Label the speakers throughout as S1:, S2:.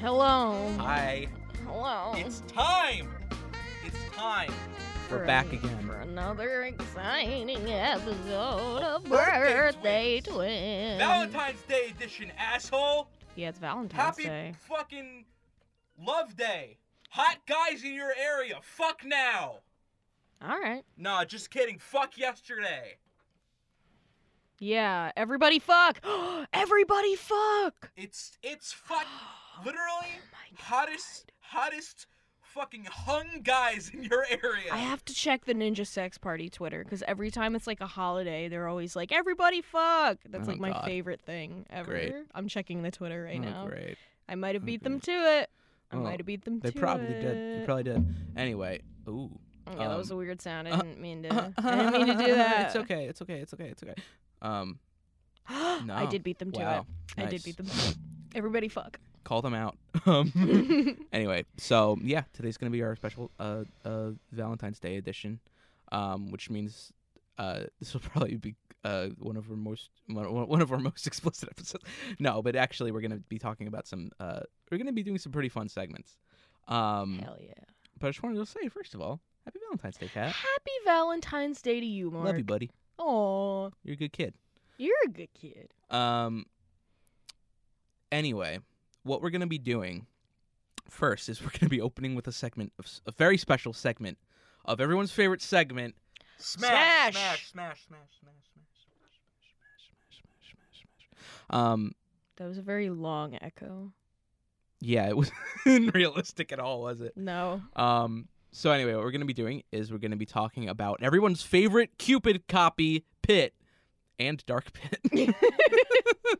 S1: Hello.
S2: Hi.
S1: Hello.
S2: It's time. It's time.
S1: For
S2: We're
S1: an-
S2: back again.
S1: for another exciting episode of
S2: Birthday
S1: Birthday
S2: Twins.
S1: Twins.
S2: Valentine's Day edition, asshole.
S1: Yeah, it's Valentine's
S2: Happy
S1: Day.
S2: fucking love day. Hot guys in your area. Fuck now.
S1: All right.
S2: Nah, just kidding. Fuck yesterday.
S1: Yeah, everybody fuck. everybody fuck.
S2: It's it's fuck literally
S1: Oh my God.
S2: hottest hottest fucking hung guys in your area.
S1: I have to check the Ninja Sex Party Twitter because every time it's like a holiday, they're always like, everybody fuck. That's
S3: Oh,
S1: like my
S3: God.
S1: favorite thing ever.
S3: Great.
S1: I'm checking the Twitter right
S3: Oh,
S1: now.
S3: Great.
S1: I might have
S3: Oh,
S1: beat them
S3: great.
S1: to it. I
S3: Oh,
S1: might have beat them
S3: They
S1: to
S3: probably
S1: it.
S3: did. You probably did. Anyway. Ooh.
S1: Yeah, that was a
S3: Um,
S1: weird sound. I
S3: uh,
S1: didn't mean to. I didn't mean to do that.
S3: it's okay. It's okay. It's okay. It's okay. Um.
S1: I
S3: No.
S1: did beat them to
S3: wow.
S1: it. I did
S3: nice.
S1: beat them. To it. Everybody fuck.
S3: Call them out. Um. anyway, so yeah, today's gonna be our special uh uh Valentine's Day edition, um, which means uh this will probably be uh one of our most one one of our most explicit episodes. No, but actually we're gonna be talking about some uh we're gonna be doing some pretty fun segments. Um,
S1: Hell yeah.
S3: but I just wanted to say first of all, happy Valentine's Day, Kat.
S1: Happy Valentine's Day to you, Mark.
S3: Love you, buddy.
S1: Aw,
S3: You're a good kid.
S1: you're a good kid.
S3: Um. Anyway, what we're gonna be doing first is we're gonna be opening with a segment of s- a very special segment of everyone's favorite segment.
S2: smash, smash,
S1: Smash.
S2: smash, smash, smash, smash,
S3: Um.
S1: That was a very long echo.
S3: Yeah, it was unrealistic at all, was it?
S1: No.
S3: Um. So anyway, what we're gonna be doing is we're gonna be talking about everyone's favorite Cupid copy, Pit, and Dark Pit,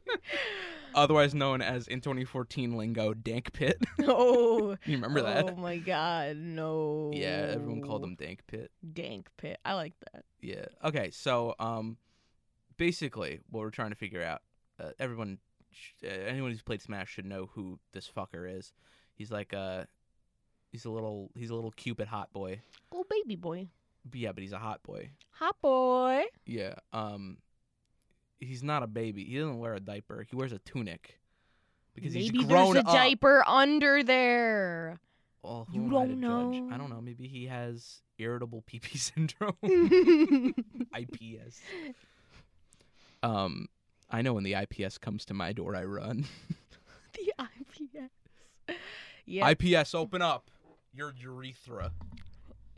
S3: otherwise known as in 2014 lingo, Dank Pit.
S1: oh.
S3: you remember
S1: Oh
S3: that?
S1: my god, no.
S3: Yeah, everyone called him Dank Pit.
S1: Dank Pit. I like that.
S3: Yeah. Okay. So, um, basically, what we're trying to figure out, uh, everyone, sh- uh, anyone who's played Smash should know who this fucker is. He's like a, he's a little, he's a little cupid hot boy.
S1: Oh, baby boy.
S3: But yeah, but he's a hot boy.
S1: Hot boy.
S3: Yeah. Um, he's not a baby. He doesn't wear a diaper. He wears a tunic. Because
S1: Maybe
S3: he's grown
S1: there's a
S3: up.
S1: diaper under there.
S3: Oh,
S1: You
S3: who am I
S1: don't
S3: to judge?
S1: know.
S3: I don't know. Maybe he has irritable PP syndrome. IPS. Um, I know when the IPS comes to my door, I run.
S1: the IPS. Yeah.
S3: IPS, open up your urethra.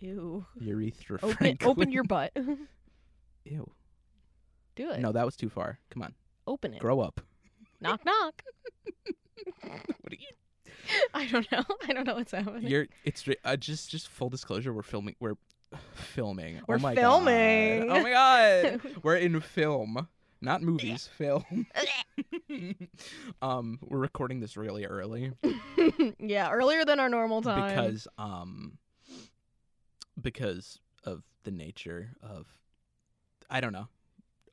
S1: Ew.
S3: Urethra.
S1: Open, open your butt.
S3: Ew.
S1: Do it.
S3: No, that was too far. Come on,
S1: Open it.
S3: grow up.
S1: knock knock.
S3: What are you?
S1: I don't know. I don't know what's happening.
S3: You're. It's uh, just just full disclosure. We're filming. We're filming.
S1: We're
S3: oh my
S1: filming.
S3: God. Oh my god. we're in film, not movies. Film. um, we're recording this really early.
S1: yeah, earlier than our normal time.
S3: because um because of the nature of I don't know.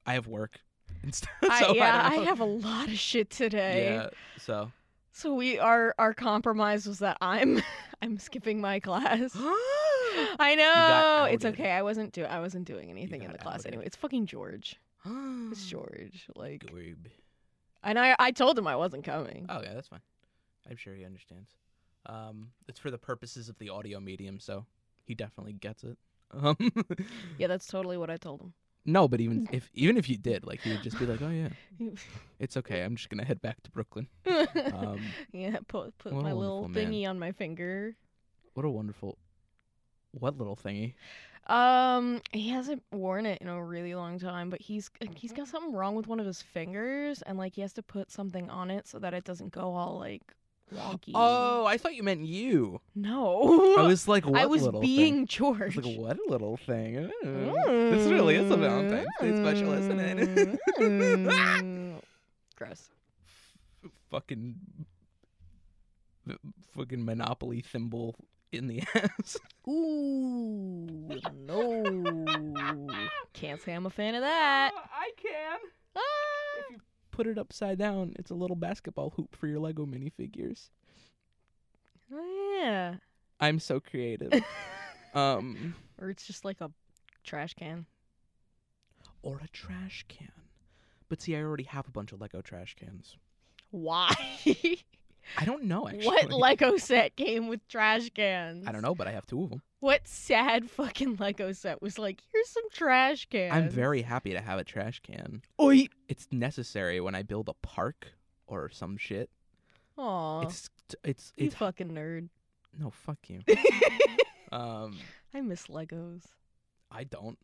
S3: I have work and stuff.
S1: I,
S3: so
S1: yeah,
S3: I,
S1: I,
S3: don't know.
S1: have a lot of shit today.
S3: Yeah, so
S1: So we our our compromise was that I'm I'm skipping my class. I know. It's
S3: outed.
S1: okay. I wasn't do I wasn't doing anything in
S3: got
S1: the class
S3: outed.
S1: anyway. It's fucking George. It's
S3: sure.
S1: George. Like
S3: Gloob.
S1: and I I told him I wasn't coming.
S3: Oh yeah, that's fine. I'm sure he understands. Um, it's for the purposes of the audio medium, so he definitely gets it. Um,
S1: Yeah, that's totally what I told him.
S3: no, but even if even if you did, like, you would just be like, "Oh yeah, it's okay. I'm just gonna head back to Brooklyn." Um,
S1: yeah, put put
S3: what a
S1: my little
S3: wonderful man.
S1: thingy on my finger.
S3: What a wonderful. What little thingy?
S1: Um, he hasn't worn it in a really long time, but he's he's
S3: Mm-hmm.
S1: got something wrong with one of his fingers, and like he has to put something on it so that it doesn't go all like wonky.
S3: Oh, I thought you meant you.
S1: no!
S3: I was like, what
S1: I was
S3: little
S1: being
S3: Thing? I
S1: George.
S3: was like, what little thing? Mm. This really is a Valentine's Day special, isn't it?
S1: Mm. Gross.
S3: fucking, f- fucking Monopoly thimble in the ass.
S1: Ooh, no! Can't say I'm a fan of that.
S2: Uh,
S3: I can.
S1: Ah!
S3: Put it upside down. It's a little basketball hoop for your Lego minifigures.
S1: Oh, yeah.
S3: I'm so creative. um,
S1: Or it's just like a trash can.
S3: or a trash can. But see, I already have a bunch of Lego trash cans.
S1: Why?
S3: I I don't know actually.
S1: What Lego set came with trash cans?
S3: I don't know, but I have two of them.
S1: What sad fucking Lego set was like, here's some trash cans.
S3: I'm very happy to have a trash can.
S1: Oi.
S3: It's necessary when I build a park or some shit.
S1: Aw.
S3: It's it's
S1: You
S3: it's
S1: fucking nerd.
S3: no fuck you. um,
S1: I miss Legos.
S3: I don't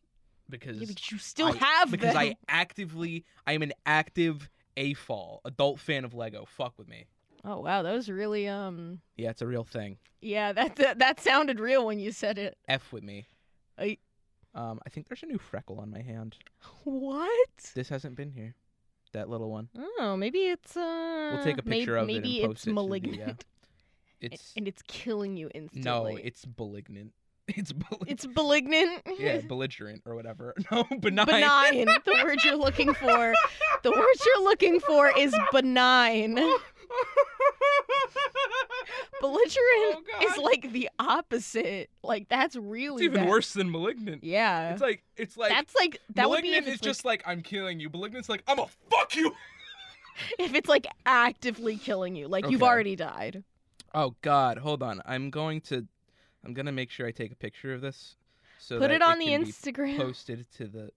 S3: because
S1: Yeah, because you still
S3: I-
S1: have
S3: because
S1: them.
S3: I actively I am an active a fall adult fan of Lego. Fuck with me.
S1: Oh wow, that was really um.
S3: Yeah, it's a real thing.
S1: Yeah, that that, that sounded real when you said it.
S3: F with me.
S1: I-
S3: Um, I think there's a new freckle on my hand.
S1: What?
S3: This hasn't been here. That little one.
S1: Oh, maybe it's uh.
S3: We'll take a
S1: may-
S3: picture of it and
S1: maybe it's
S3: post it to the, uh,
S1: malignant, and-
S3: It's
S1: and it's killing you instantly.
S3: no, it's malignant. It's malignant.
S1: it's malignant.
S3: yeah, belligerent or whatever. No, benign.
S1: benign. the word you're looking for. The word you're looking for is benign.
S3: Oh,
S1: Belligerent
S3: Oh,
S1: is
S3: God.
S1: like the opposite. Like that's
S3: It's
S1: really
S3: even
S1: bad.
S3: worse than malignant.
S1: Yeah.
S3: It's like it's like
S1: that's like that would be
S3: malignant
S1: if
S3: is
S1: it's like-
S3: just like I'm killing you. Malignant's like I'm a fuck you.
S1: if it's like actively killing you, like you've
S3: Okay.
S1: already died.
S3: Oh God, hold on. I'm going to, I'm gonna make sure I take a picture of this. So
S1: Put
S3: that
S1: it on the
S3: can be
S1: Instagram.
S3: posted to the.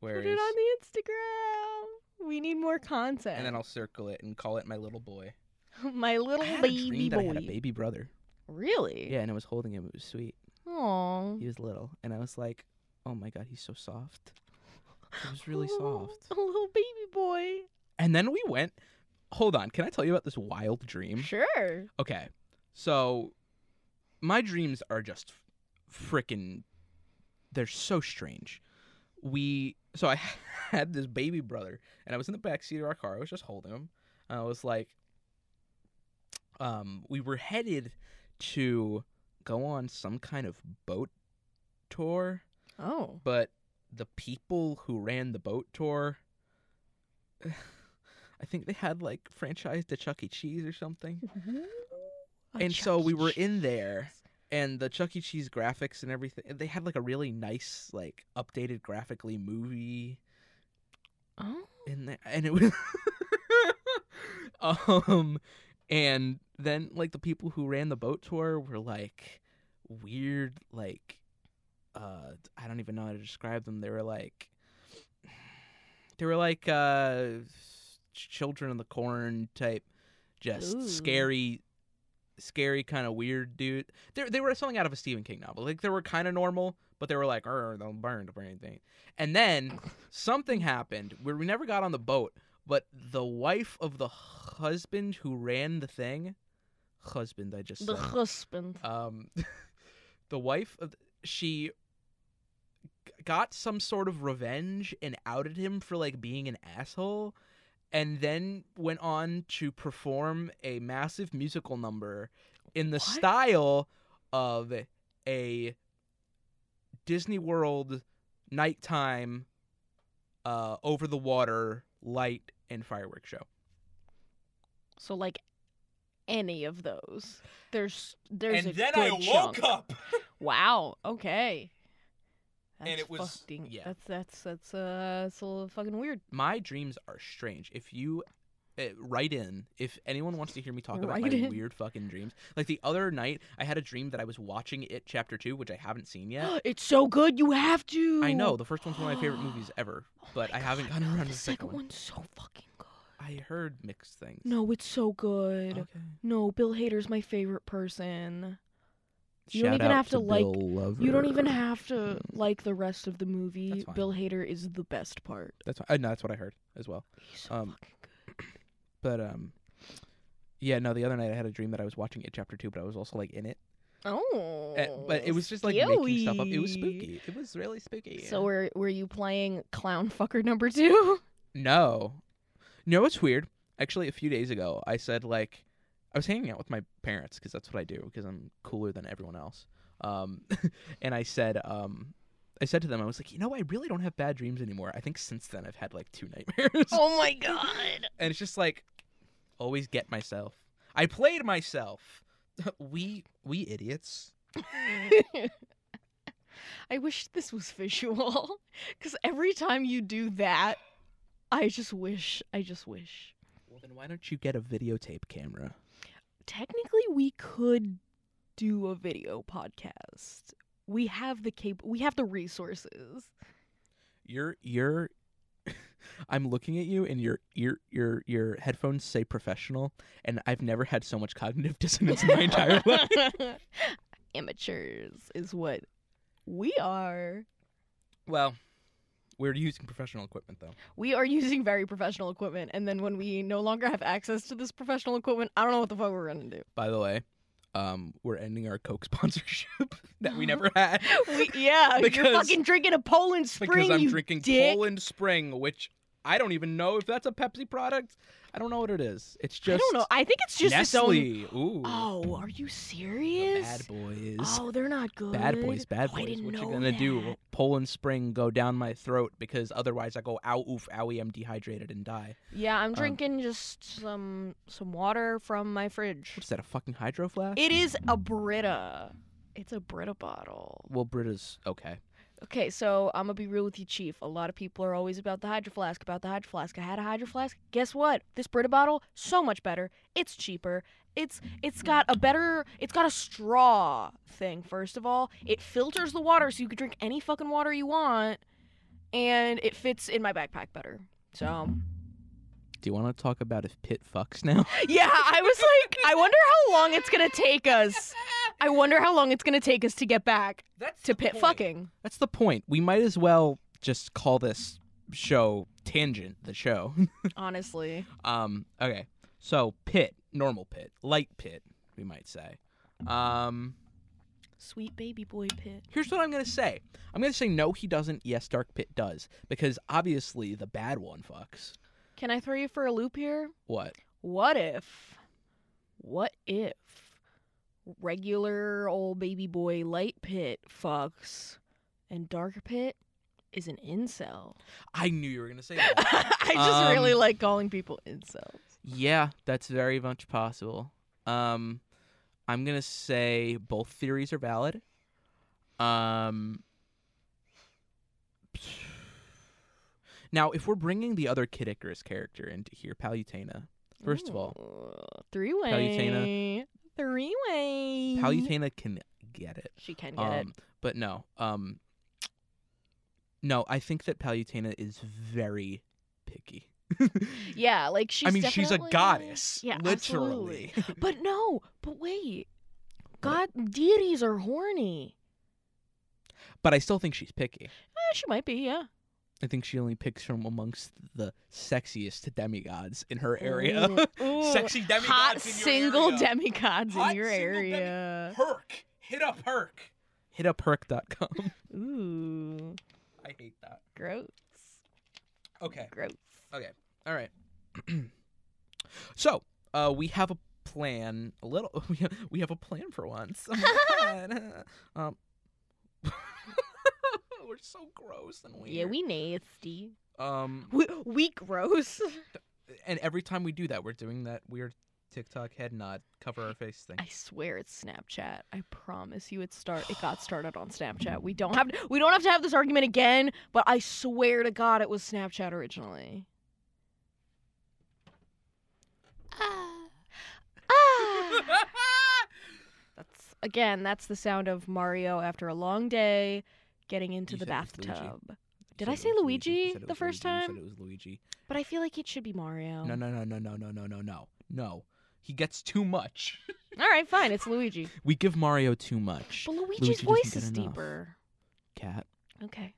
S3: Where
S1: Put
S3: is-
S1: it on the Instagram. We need more content.
S3: and then I'll circle it and call it my little boy.
S1: My little
S3: I had a dream
S1: Oh, baby
S3: that I
S1: boy.
S3: had a baby brother.
S1: Really?
S3: Yeah, and I was holding him. It was sweet.
S1: Aww.
S3: He was little, and I was like, "Oh my god, he's so soft." It was really soft.
S1: A little baby boy.
S3: And then we went. Hold on, can I tell you about this wild dream?
S1: Sure.
S3: Okay, so my dreams are just freaking. They're so strange. We so I had this baby brother, and I was in the back seat of our car. I was just holding him. And I was like, um, we were headed to go on some kind of boat tour
S1: Oh.
S3: but the people who ran the boat tour I think they had like franchise to Chuck E. Cheese or something.
S1: A
S3: and so
S1: Chuck E.
S3: we were
S1: Cheese.
S3: in there and the Chuck E. Cheese graphics and everything they had like a really nice, like updated graphically movie
S1: Oh.
S3: in there and it was um and then like the people who ran the boat tour were like weird like uh i don't even know how to describe them they were like they were like uh children of the corn type just
S1: Ooh.
S3: scary scary kind of weird dude they, they were something out of a stephen king novel like they were kind of normal but they were like "Arr, they'll burn or anything and then something happened where we never got on the boat but the wife of the husband who ran the thing husband i just
S1: The
S3: said
S1: husband.
S3: um, the wife of she g- got some sort of revenge and outed him for like being an asshole and then went on to perform a massive musical number in the
S1: What?
S3: style of a Disney World nighttime uh over the water light and fireworks show.
S1: So like any of those. There's there's
S2: and
S1: a
S2: then I
S1: good
S2: woke
S1: chunk.
S2: up.
S1: Wow. Okay. That's
S2: And it was-
S1: fucking,
S3: yeah.
S1: That's that's that's uh, it's a little fucking weird.
S3: my dreams are strange. If you uh, write in, if anyone wants to hear me talk about my
S1: Write in.
S3: weird fucking dreams, like the other night, I had a dream that I was watching It Chapter Two, which I haven't seen yet.
S1: it's so good. You have to.
S3: I know the first one's one of my favorite movies ever,
S1: Oh
S3: but
S1: my
S3: I haven't
S1: God,
S3: gotten
S1: no,
S3: around
S1: the
S3: to the second one.
S1: one's so fucking good.
S3: I heard mixed things.
S1: No, it's so good.
S3: Okay.
S1: No, Bill Hader's my favorite person. You don't
S3: Shout
S1: even
S3: out
S1: have to like-
S3: Bill Lover.
S1: You don't even have to like the rest of the movie.
S3: Mm. That's fine.
S1: Bill Hader is the best part.
S3: That's why- uh, no, that's what I heard as well.
S1: He's so
S3: Um,
S1: fucking good.
S3: But um, yeah, no. The other night I had a dream that I was watching It Chapter Two, but I was also like in it.
S1: Oh,
S3: Uh, but it was just like making stuff up. It was spooky. It was really spooky.
S1: So were were you playing clown fucker number two?
S3: No. You know what's weird? Actually, a few days ago, I said, like, I was hanging out with my parents because that's what I do because I'm cooler than everyone else. Um, and I said, um, I said to them, I was like, you know, I really don't have bad dreams anymore. I think since then I've had like two nightmares.
S1: oh my god!
S3: And it's just like, always get myself. I played myself. we, we idiots.
S1: I wish this was visual because every time you do that, I just wish. I just wish.
S3: Well, then why don't you get a videotape camera?
S1: technically we could do a video podcast. We have the cap- we have the resources.
S3: Your your I'm looking at you and your ear your your headphones say professional and I've never had so much cognitive dissonance in my entire life.
S1: Amateurs is what we are.
S3: Well, we're using professional equipment though.
S1: We are using very professional equipment, and then when we no longer have access to this professional equipment, I don't know what the fuck we're gonna do.
S3: By the way, um we're ending our Coke sponsorship that we never had.
S1: We, yeah, you're
S3: Because-
S1: fucking drinking a Poland Spring.
S3: because I'm
S1: you
S3: drinking
S1: dick.
S3: Poland Spring, which I don't even know if that's a Pepsi product. I don't know what it is. It's just
S1: I don't know. I think it's just its own-
S3: Nestle. Ooh.
S1: Oh, are you
S3: The
S1: serious?
S3: bad boys.
S1: Oh, they're not good.
S3: Bad boys, bad
S1: Oh,
S3: boys.
S1: I didn't
S3: what you
S1: know
S3: gonna do?
S1: that.
S3: Poland Spring go down my throat because otherwise I go ow oof owie I'm dehydrated and die.
S1: Yeah, I'm drinking just some some water from my fridge.
S3: What's that? A fucking hydro flask?
S1: It is a Brita. It's a Brita bottle.
S3: well, Brita's okay.
S1: Okay, so I'm gonna be real with you, Chief. A lot of people are always about the Hydro Flask, about the Hydro Flask. I had a Hydro Flask. Guess what? This Brita bottle, so much better. It's cheaper. It's it's got a better. It's got a straw thing. First of all, it filters the water, so you can drink any fucking water you want, and it fits in my backpack better. So
S3: Do you want to talk about if Pitt fucks now?
S1: yeah, I was like, I wonder how long it's gonna take us. I wonder how long it's gonna take us to get back
S2: That's
S1: to
S2: the
S1: pit
S2: point.
S1: fucking.
S3: That's the point. We might as well just call this show Tangent, the show.
S1: Honestly,
S3: Um. Okay. So pit, normal pit, light pit, we might say. Um.
S1: sweet baby boy pit.
S3: Here's what I'm gonna say. I'm gonna say no, he doesn't. Yes, dark pit does because obviously the bad one fucks.
S1: Can I throw you for a loop here?
S3: What?
S1: What if? What if regular old baby boy light pit fucks and dark pit is an incel?
S3: I knew you were gonna say that.
S1: I just
S3: Um,
S1: really like calling people incels.
S3: yeah, that's very much possible. Um, I'm gonna say both theories are valid. Um. Now, if we're bringing the other Kid Icarus character into here, Palutena, First of all,
S1: three way.
S3: Palutena-
S1: Three way.
S3: Palutena can get it.
S1: She can get
S3: Um,
S1: it.
S3: But no, um, no, I think that Palutena is very picky.
S1: Yeah, like she's.
S3: I mean, she's a
S1: definitely-
S3: goddess,
S1: Yeah,
S3: literally.
S1: absolutely. But no, but wait, god deities are horny.
S3: but I still think she's picky.
S1: Eh, she might be, yeah.
S3: I think she only picks from amongst the sexiest demigods in her area.
S1: Ooh, ooh.
S2: Sexy demigods
S1: Hot
S2: in your
S1: single
S2: area.
S1: demigods
S2: Hot
S1: in your
S2: single demi-
S1: area.
S2: Herc. Hit up Herc.
S3: Hit up herc.com.
S1: Ooh,
S2: I hate that.
S1: gross,
S2: Okay.
S1: gross.
S3: Okay. All right. so, uh, we have a plan. A little. We have, we have a plan for once. Oh my God. um, we're so gross and weird.
S1: Yeah, we nasty.
S3: Um,
S1: We, we gross.
S3: and every time we do that, we're doing that weird TikTok head nod, cover our face thing.
S1: I swear it's Snapchat. I promise you, it start. It got started on Snapchat. We don't have we don't have to have this argument again. But I swear to God, it was Snapchat originally. Ah, ah. That's again, that's the sound of Mario after a long day getting into
S3: You
S1: the
S3: said it was Luigi.
S1: bathtub.
S3: You
S1: Did
S3: said
S1: I
S3: it
S1: say
S3: was
S1: Luigi
S3: You said
S1: the
S3: it was
S1: first
S3: Luigi. You
S1: time?
S3: said it was Luigi.
S1: But I feel like it should be Mario.
S3: No, no, no, no, no, no, no, no, no, no. He gets too much.
S1: All right, fine. It's Luigi.
S3: We give Mario too much.
S1: But Luigi's
S3: Luigi doesn't
S1: voice
S3: get
S1: is
S3: enough.
S1: deeper.
S3: Cat.
S1: Okay.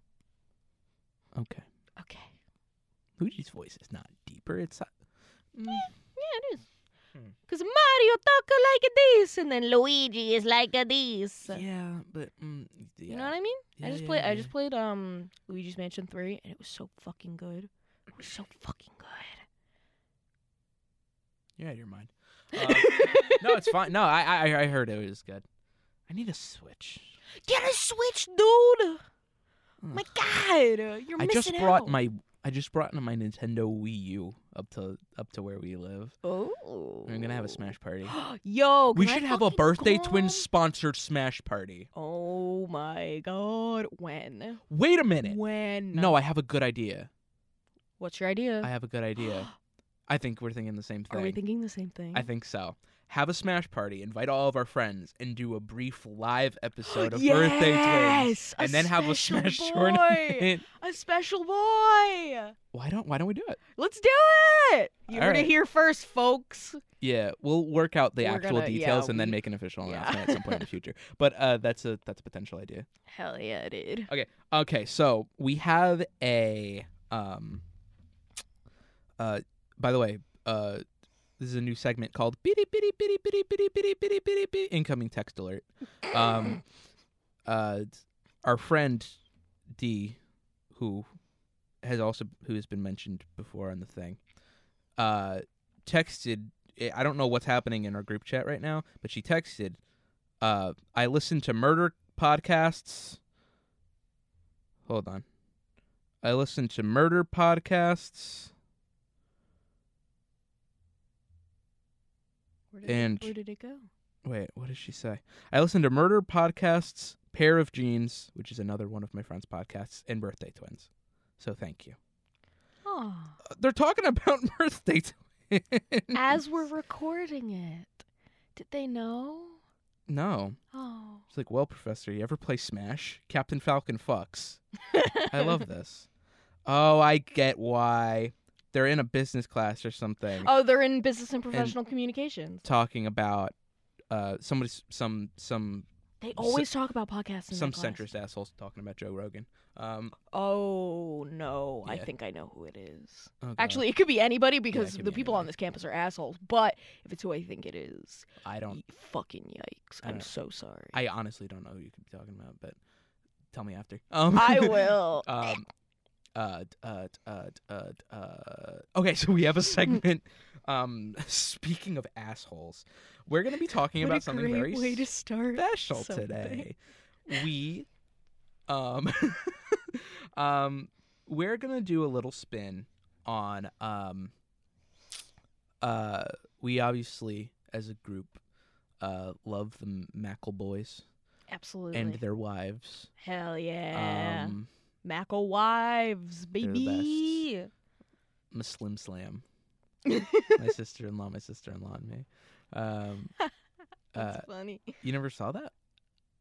S3: Okay.
S1: Okay.
S3: Luigi's voice is not deeper. It's. Mm.
S1: Yeah, it is.
S2: Hmm.
S1: Because Mario talk like a this, and then Luigi is like a this.
S3: Yeah, but mm, yeah.
S1: You know what I mean? I
S3: Yeah,
S1: just
S3: yeah,
S1: played. I
S3: yeah.
S1: just played um Luigi's Mansion Three, and it was so fucking good. It was so fucking good.
S3: You're out of your mind. Uh, no, it's fine. No, I, I I heard it was good. I need a switch.
S1: Get a Switch, dude! My
S3: Ugh.
S1: God, you're
S3: I
S1: missing
S3: just brought
S1: out.
S3: my I just brought my Nintendo Wii U up to up to where we live.
S1: Oh,
S3: I'm gonna have a smash party.
S1: Yo,
S3: we
S1: can I
S3: should have a
S1: fucking
S3: birthday
S1: come?
S3: twin sponsored smash party.
S1: Oh my God, when?
S3: Wait a minute.
S1: When?
S3: No, I have a good idea.
S1: What's your idea?
S3: I have a good idea. I think we're thinking the same thing.
S1: Are we thinking the same thing?
S3: I think so. Have a smash party, invite all of our friends, and do a brief live episode of Birthday Twins,
S1: Yes! A
S3: and then have a
S1: special
S3: smash
S1: boy!
S3: tournament.
S1: A special boy.
S3: Why don't Why don't we do it?
S1: Let's do it. You
S3: All
S1: heard it
S3: right.
S1: here first, folks.
S3: Yeah, we'll work out the
S1: We're
S3: actual
S1: gonna- yeah,
S3: details and then
S1: we-
S3: make an official
S1: yeah.
S3: announcement at some point in the future. But uh, that's a that's a potential idea.
S1: Hell yeah, dude.
S3: Okay, so we have a um uh by the way, uh this is a new segment called bitty bitty bitty bitty bitty bitty bitty bitty bitty incoming text alert. Um uh our friend D who has also who has been mentioned before on the thing uh texted eh, I don't know what's happening in our group chat right now, but she texted uh I listen to murder podcasts hold on. I listen to murder podcasts.
S1: Where did, it-
S3: And-
S1: where did it go?
S3: Wait, what does she say? I listen to murder podcasts, pair of jeans, which is another one of my friend's podcasts, and birthday twins. So thank you.
S1: Oh.
S3: Uh, They're talking about birthday twins.
S1: As we're recording it, did they know?
S3: no,
S1: Oh.
S3: it's like, well, Professor, you ever play Smash? Captain Falcon fucks. I love this. Oh, I get why they're in a business class or something.
S1: Oh, they're in business and professional communications.
S3: Talking about uh somebody some some
S1: They always talk about podcasts. In
S3: some
S1: that class.
S3: centrist assholes talking about Joe Rogan. Um,
S1: Oh no, I
S3: Yeah.
S1: think I know who it is.
S3: oh God.
S1: Actually, it could be anybody because
S3: could
S1: the
S3: be
S1: people on
S3: anybody.
S1: this campus are assholes. But if it's who I think it is,
S3: I don't.
S1: y- fucking yikes!
S3: I
S1: I'm
S3: don't-
S1: so sorry.
S3: I honestly don't know who you could be talking about, but tell me after. Um,
S1: I will.
S3: um, uh, d- uh, d- uh, d- uh, d- uh, okay, so we have a segment. Um, speaking of assholes, we're gonna be talking
S1: what
S3: about
S1: a
S3: something
S1: great
S3: very
S1: way to start.
S3: special
S1: something.
S3: today. We, um, um, we're gonna do a little spin on um. Uh, we obviously, as a group, uh, love the M- Mackle boys
S1: Absolutely.
S3: and their wives.
S1: Hell yeah.
S3: Um,
S1: Mackle wives,
S3: the
S1: baby.
S3: my slim slam, my sister-in-law, my sister-in-law, and me. Um, uh,
S1: That's funny.
S3: you never saw that?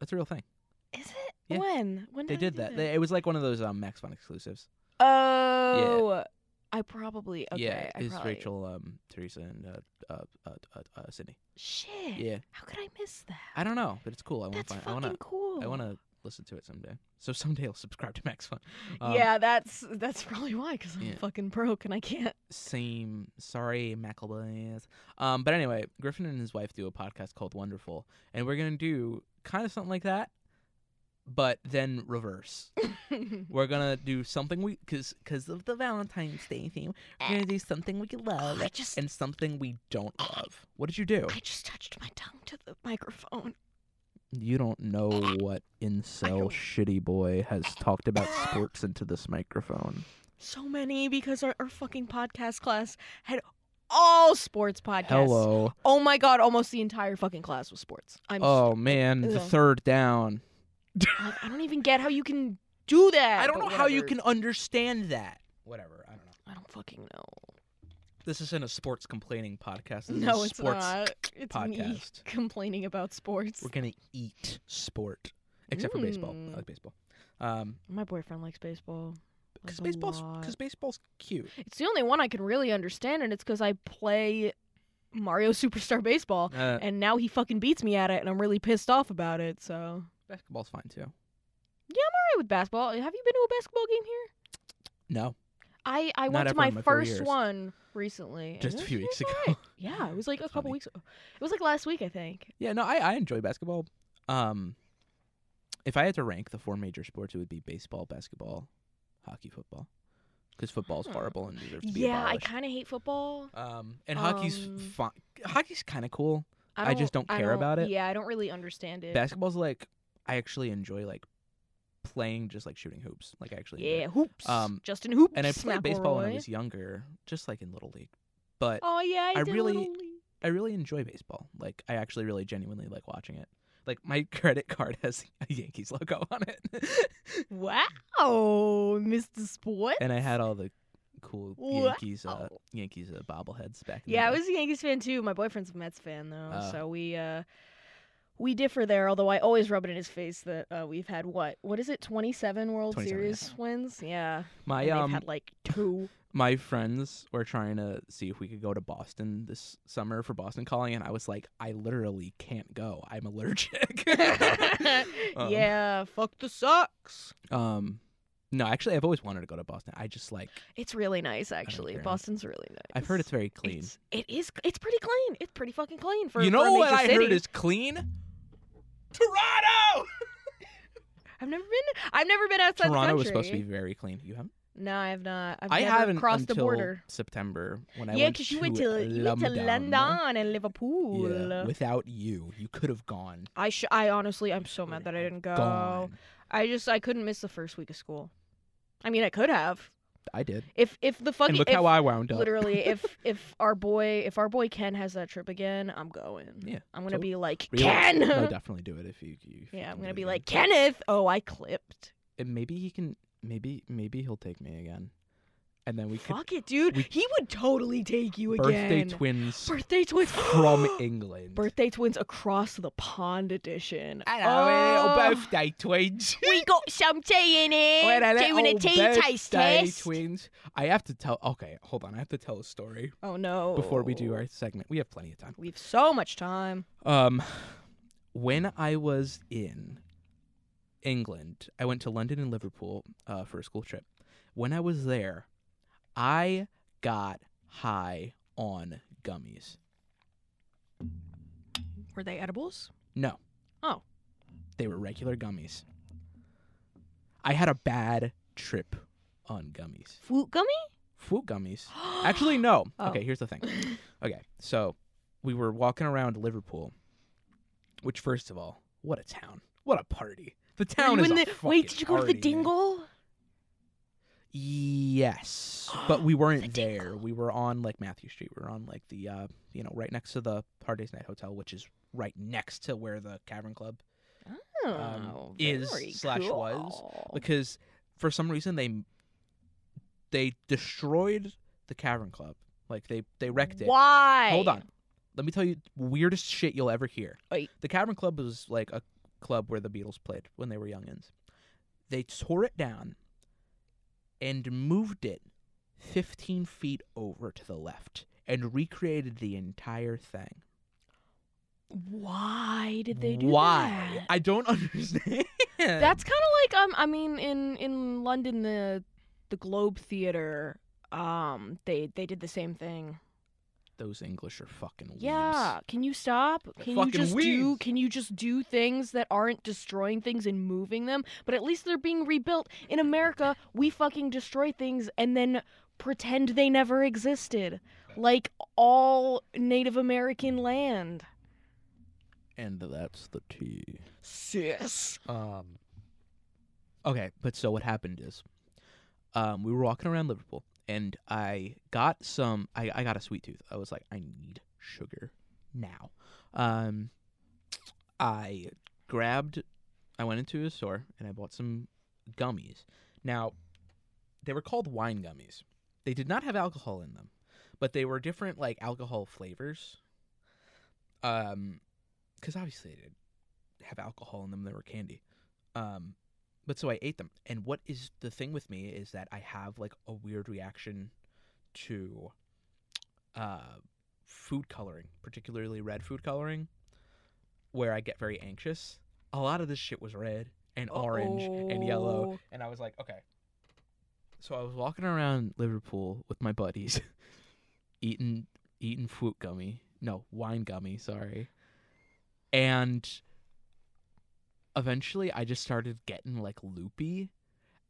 S3: That's a real thing.
S1: Is it?
S3: yeah.
S1: When? When
S3: They did
S1: do
S3: that. They, it was like one of those um, Max Fun exclusives.
S1: Oh. I probably okay.
S3: yeah,
S1: I
S3: it's
S1: probably,
S3: Rachel, um, Teresa, and uh, uh, uh, uh, uh, Sydney.
S1: Shit.
S3: Yeah,
S1: How could I miss that?
S3: I don't know, but it's cool. I want
S1: Eh. That's
S3: to.
S1: fucking
S3: I want to.
S1: cool.
S3: I want to listen to it someday. So someday I'll subscribe to Max Fun. Um,
S1: yeah, that's that's probably why, because I'm
S3: Yeah.
S1: fucking broke and I can't.
S3: Same. Sorry, McElboys. Um, but anyway, Griffin and his wife do a podcast called Wonderful, and we're gonna do kind of something like that, but then reverse. We're gonna do something we, cause, cause of the Valentine's Day theme. We're
S1: Eh.
S3: gonna do something we love
S1: I just
S3: and something we don't love. What did you do?
S1: I just touched my tongue to the microphone.
S3: You don't know what incel
S1: don't-
S3: shitty boy has talked about sports into this microphone.
S1: So many because our, our fucking podcast class had all sports podcasts.
S3: Hello.
S1: Oh my god, almost the entire fucking class was sports. I'm
S3: Oh man, the
S1: Ugh.
S3: third down.
S1: like, I don't even get how you can do that.
S3: I don't know
S1: but
S3: how you
S1: whatever.
S3: can understand that. Whatever. I don't know.
S1: I don't fucking know.
S3: This isn't a sports complaining podcast. This is
S1: No,
S3: a
S1: it's
S3: sports.
S1: not. It's me
S3: podcast.
S1: complaining about sports.
S3: We're gonna eat sport, except for baseball.
S1: Mm.
S3: I like baseball. Um,
S1: My boyfriend likes baseball. Like
S3: because
S1: a
S3: baseball's
S1: lot.
S3: because baseball's cute.
S1: It's the only one I can really understand, and it's because I play Mario Superstar Baseball,
S3: Uh,
S1: and now he fucking beats me at it, and I'm really pissed off about it. So, all
S3: basketball's fine too.
S1: right with basketball. Have you been to a basketball game here?
S3: No,
S1: I I
S3: Not
S1: went to
S3: ever
S1: my
S3: in my four
S1: first
S3: years.
S1: one recently. and
S3: just
S1: it
S3: a
S1: was
S3: few weeks
S1: pretty
S3: ago.
S1: fun. Yeah, it was like a couple
S3: Funny.
S1: weeks. ago. It was like last week, I think.
S3: Yeah, no, I, I enjoy basketball. Um, if I had to rank the four major sports, it would be baseball, basketball, hockey, football. Because football's
S1: Huh.
S3: horrible and deserves to be
S1: Hmm. Yeah, I
S3: abolished.
S1: kind of hate football.
S3: Um, and hockey's
S1: Um,
S3: fine. Hockey's kind of cool.
S1: I,
S3: I just don't care about it.
S1: Yeah, I don't really understand it.
S3: Basketball's like I actually enjoy like playing, just like shooting hoops. Like I actually, enjoy it.
S1: yeah, hoops.
S3: Um,
S1: Justin hoops.
S3: And I played baseball when I
S1: McElroy.
S3: was younger, just like in little league. But
S1: Oh yeah, I,
S3: I
S1: did
S3: really-
S1: Little League.
S3: I really enjoy baseball. Like I actually really genuinely like watching it. Like my credit card has a Yankees logo on it.
S1: Wow, Mr. Sport.
S3: and I had all the cool
S1: Wow.
S3: Yankees
S1: Oh,
S3: uh, Yankees uh, bobbleheads back. in the
S1: Yeah, I
S3: day.
S1: was a Yankees fan too. My boyfriend's a Mets fan though,
S3: Oh.
S1: so we uh we differ there. Although I always rub it in his face that uh, we've had what what is it, twenty seven World
S3: 27, yeah.
S1: Series wins? Yeah,
S3: my
S1: and
S3: um
S1: they've had like two.
S3: my friends were trying to see if we could go to Boston this summer for Boston Calling, and I was like, I literally can't go. I'm allergic. Um,
S1: yeah, fuck the Sox.
S3: Um, no, actually, I've always wanted to go to Boston. I just like
S1: It's really nice, actually.
S3: care.
S1: Boston's really nice.
S3: I've heard it's very clean.
S1: It's, it is. It's pretty clean. It's pretty fucking clean for.
S3: you
S1: for
S3: know
S1: a major
S3: what I
S1: city.
S3: heard is clean?
S2: Toronto.
S1: I've never been. I've never been outside
S3: Toronto
S1: the country.
S3: was supposed to be very clean. You haven't?
S1: No, I have not. I've
S3: I
S1: never
S3: haven't
S1: crossed
S3: until
S1: the border.
S3: September when I
S1: yeah,
S3: went
S1: because you went to you went to
S3: London.
S1: London and Liverpool.
S3: Yeah, without you, you could have gone.
S1: I sh- I honestly, I'm so mad that I
S3: Could've
S1: didn't go.
S3: Gone.
S1: I just I couldn't miss the first week of school. I mean, I could have.
S3: I did.
S1: If if the fucking
S3: and look
S1: if,
S3: how I wound up.
S1: literally if if our boy if our boy Ken has that trip again, I'm going.
S3: Yeah,
S1: I'm gonna
S3: so-
S1: be like
S3: Really?
S1: Ken.
S3: No, definitely do it if you. you if you
S1: yeah, I'm
S3: can
S1: gonna
S3: do it
S1: be
S3: again.
S1: like Kenneth. Oh, I clipped.
S3: And maybe he can. Maybe maybe he'll take me again, and then we could
S1: Fuck it, dude.
S3: we-
S1: he would totally take you
S3: birthday
S1: again.
S3: twins
S1: Birthday twins
S3: from England.
S1: Birthday twins across the pond edition.
S3: eh, Hello,
S1: Oh.
S3: we're little birthday twins.
S1: We got some tea in
S3: We're
S1: here.
S3: a
S1: Doing a
S3: little
S1: tea taste
S3: oh, birthday
S1: test.
S3: twins. I have to tell. Okay, hold on. I have to tell a story
S1: Oh no.
S3: before we do our segment. We have plenty of time.
S1: We have so much time.
S3: Um, when I was in England, I went to London and Liverpool uh, for a school trip. When I was there, I got high on gummies.
S1: Were they edibles?
S3: No.
S1: Oh.
S3: They were regular gummies. I had a bad trip on gummies.
S1: Fruit gummy?
S3: Fruit gummies. Actually, no.
S1: Oh.
S3: Okay, here's the thing. Okay, so we were walking around Liverpool, which, first of all, what a town. What a party. The town
S1: Were
S3: is
S1: you
S3: a
S1: in the- Wait,
S3: fucking
S1: did you go to the
S3: party, man.
S1: Dingle?
S3: Yes, but we weren't
S1: The
S3: there.
S1: Dingle.
S3: We were on like Matthew Street. We were on like the uh, you know, right next to the Hard Days Night Hotel, which is right next to where the Cavern Club
S1: Oh,
S3: Um, is
S1: very
S3: slash was,
S1: cool.
S3: because for some reason they they destroyed the Cavern Club. Like they they wrecked it.
S1: Why?
S3: Hold on. Let me tell you weirdest shit you'll ever hear.
S1: Oi.
S3: The Cavern Club was like a club where the Beatles played when they were youngins. They tore it down and moved it 15 feet over to the left and recreated the entire thing.
S1: Why did they do
S3: Why?
S1: that?
S3: I don't understand.
S1: That's kind of like um, I mean, in in London, the the Globe Theatre, um, they they did the same thing.
S3: Those English are fucking weebs.
S1: Yeah, can you stop? Can you
S3: fucking
S1: just do?
S3: weebs.
S1: Can you just do things that aren't destroying things and moving them? But at least they're being rebuilt. In America, we fucking destroy things and then pretend they never existed, like all Native American land.
S3: And that's the tea.
S1: Sis.
S3: Um. Okay, but so what happened is, um, we were walking around Liverpool, and I got some. I, I got a sweet tooth. I was like, I need sugar now. Um, I grabbed. I went into a store and I bought some gummies. Now, they were called wine gummies. They did not have alcohol in them, but they were different like alcohol flavors. Um, because obviously they did have alcohol in them that were candy. Um, but so I ate them. And what is the thing with me is that I have like a weird reaction to uh, food coloring, particularly red food coloring, where I get very anxious. A lot of this shit was red and
S1: Oh.
S3: orange and yellow.
S1: Uh-oh.
S3: And I was like, okay. So I was walking around Liverpool with my buddies, eating eating fruit gummy, no wine gummy, sorry, and eventually I just started getting like loopy,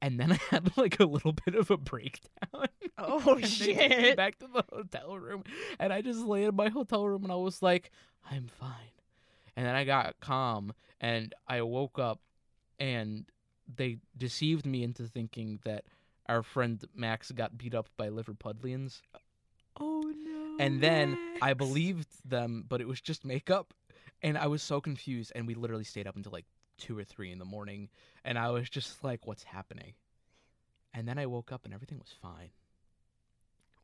S3: and then I had like a little bit of a breakdown.
S1: Oh
S3: And they took me
S1: shit.
S3: back to the hotel room, and I just lay in my hotel room, and I was like, "I'm fine." And then I got calm, and I woke up, and they deceived me into thinking that our friend Max got beat up by Liverpudlians,
S1: Oh no.
S3: and then I believed them, but it was just makeup, and I was so confused, and we literally stayed up until like two or three in the morning, and I was just like, "What's happening?" And then I woke up, and everything was fine.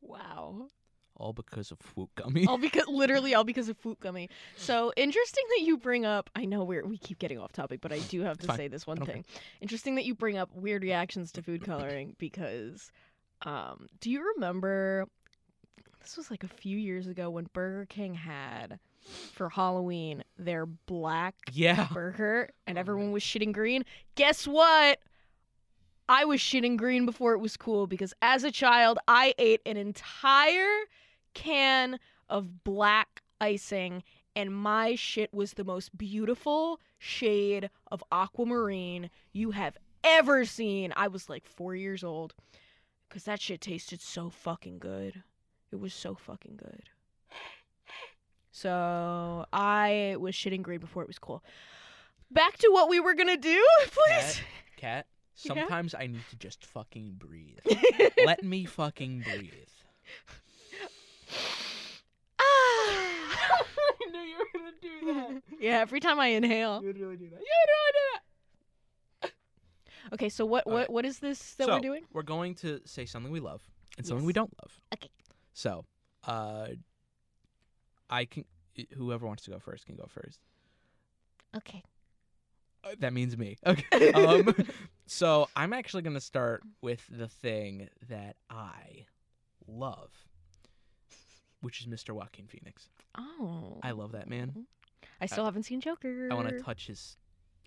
S1: Wow.
S3: all because of Woot Gummy.
S1: all because literally all because of food gummy. So interesting that you bring up. I know we are we keep getting off topic, but I do have to
S3: fine.
S1: say this one
S3: don't
S1: thing. Interesting that you bring up weird reactions to food coloring because, um, do you remember? This was like a few years ago when Burger King had for Halloween their black
S3: Yeah.
S1: burger, and
S3: Oh,
S1: everyone was shitting green. Guess what? I was shitting green before it was cool because as a child, I ate an entire can of black icing, and my shit was the most beautiful shade of aquamarine you have ever seen. I was like four years old because that shit tasted so fucking good. It was so fucking good. So I was shitting green before it was cool. Back to what we were gonna do, please.
S3: Cat.
S1: Yeah.
S3: Sometimes I need to just fucking breathe. Let me fucking breathe.
S1: ah.
S3: I knew you were gonna do
S1: yeah, every time I inhale.
S3: would really do that.
S1: Okay, so what what
S3: Okay.
S1: what is this that
S3: so,
S1: we're doing?
S3: We're going to say something we love and something we
S1: Yes.
S3: don't love.
S1: Okay.
S3: So, uh, I can. Whoever wants to go first can go first.
S1: Okay.
S3: Uh, That means me. Okay. um, so I'm actually gonna start with the thing that I love, which is Mr. Joaquin Phoenix.
S1: Oh.
S3: I love that man.
S1: I still haven't seen Joker.
S3: I want to touch his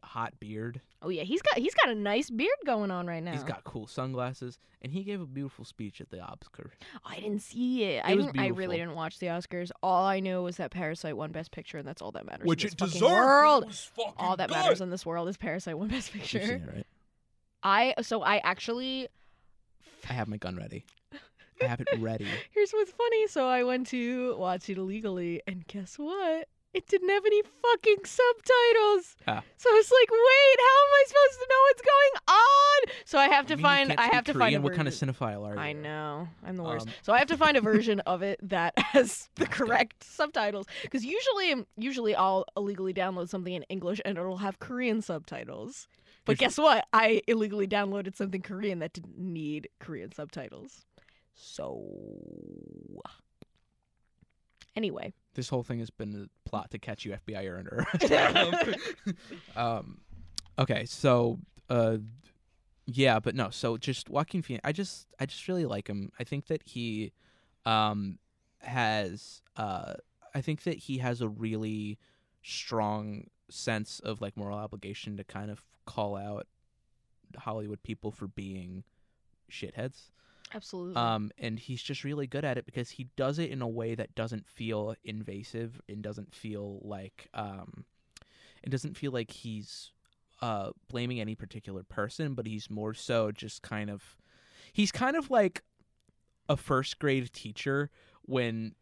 S3: hot beard.
S1: oh yeah, he's got he's got a nice beard going on right now.
S3: He's got cool sunglasses, and he gave a beautiful speech at the Oscar.
S1: Oh, I didn't see it. I
S3: It was
S1: didn't, I really
S3: beautiful.
S1: didn't watch the Oscars. All I knew was that Parasite won Best Picture, and that's all that matters. in
S2: Which
S1: this
S2: it
S1: fucking
S2: deserved.
S1: World.
S2: It was fucking
S1: all that
S2: good.
S1: matters in this world is Parasite won Best
S3: You've seen
S1: Picture.
S3: it, right?
S1: I so I actually
S3: I have my gun ready. I have it ready.
S1: here's what's funny. So I went to watch it illegally, and guess what? It didn't have any fucking subtitles.
S3: Ah.
S1: So I was like, wait, how am I supposed to know what's going on? So I have to
S3: You mean you
S1: find
S3: can't
S1: I
S3: speak
S1: have to
S3: Korean?
S1: find a
S3: What kind of
S1: version.
S3: cinephile are you?
S1: I know. I'm the worst.
S3: Um,
S1: so I have to find a version of it that has the
S3: Okay.
S1: correct subtitles cuz usually um, usually I'll illegally download something in English and it'll have Korean subtitles. But
S3: Here's-
S1: guess what? I illegally downloaded something Korean that didn't need Korean subtitles. So Anyway,
S3: This whole thing has been a plot to catch you FBI or under arrest. um, um, okay, so uh, yeah, but no, so just Joaquin Phoenix. I just I just really like him. I think that he um has uh I think that he has a really strong sense of like moral obligation to kind of call out Hollywood people for being shitheads.
S1: absolutely.
S3: Um, and he's just really good at it because he does it in a way that doesn't feel invasive and doesn't feel like um, it doesn't feel like he's uh blaming any particular person, but he's more so just kind of he's kind of like a first grade teacher when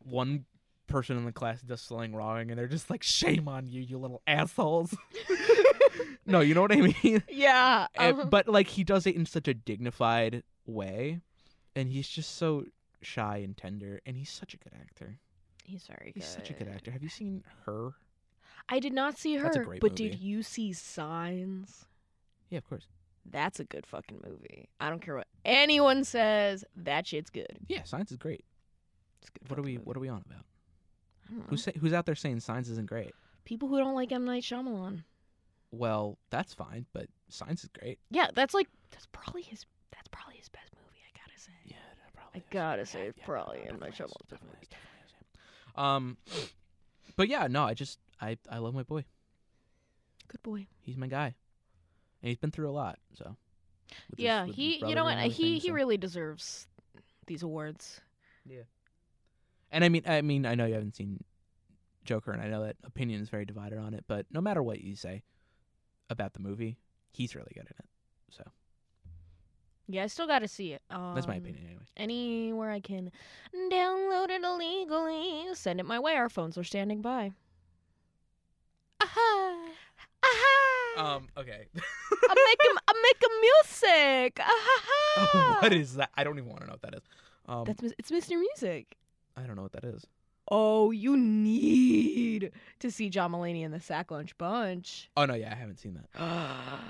S3: one person in the class does something wrong and they're just like shame on you you little assholes no you know what i mean
S1: yeah.
S3: and-
S1: uh-huh.
S3: Eh, but like he does it in such a dignified way and he's just so shy and tender and he's such a good actor
S1: he's very good.
S3: he's such a good actor have you seen her
S1: I did not see her,
S3: That's a great
S1: but
S3: movie.
S1: did you see Signs?
S3: yeah of course
S1: That's a good fucking movie. I don't care what anyone says. That shit's good.
S3: yeah science is great
S1: It's a good.
S3: what are
S1: fucking
S3: we
S1: movie.
S3: what are we on about
S1: I don't know.
S3: who's say, who's out there saying science isn't great
S1: People who don't like M Night Shyamalan.
S3: well that's fine but science is great
S1: Yeah, that's like that's probably his. That's probably his best movie. I gotta say.
S3: yeah that
S1: I
S3: probably is.
S1: gotta say, it's probably
S3: no,
S1: M Night
S3: definitely is,
S1: Shyamalan's best
S3: definitely
S1: movie.
S3: is, definitely is, yeah. um but yeah no i just i i love my boy
S1: Good boy.
S3: he's my guy and he's been through a lot so With his-
S1: yeah,
S3: with his
S1: he. You
S3: brother
S1: know what?
S3: and everything,
S1: He he
S3: so.
S1: really deserves these awards.
S3: And I mean, I mean, I know you haven't seen Joker, and I know that opinion is very divided on it. But no matter what you say about the movie, he's really good at it.
S1: Yeah, I still gotta see it. Um,
S3: That's my opinion, anyway.
S1: Anywhere I can download it illegally, send it my way. Our phones are standing by. Aha! Aha!
S3: Okay.
S1: I'm making I'm making music. Ah, Ahaha.
S3: what is that? I don't even want to know what that is. Um,
S1: That's mis- it's Mr. Music.
S3: I don't know what that is.
S1: Oh, you need to see John Mulaney in the Sack Lunch Bunch.
S3: Oh no, yeah, I haven't seen that.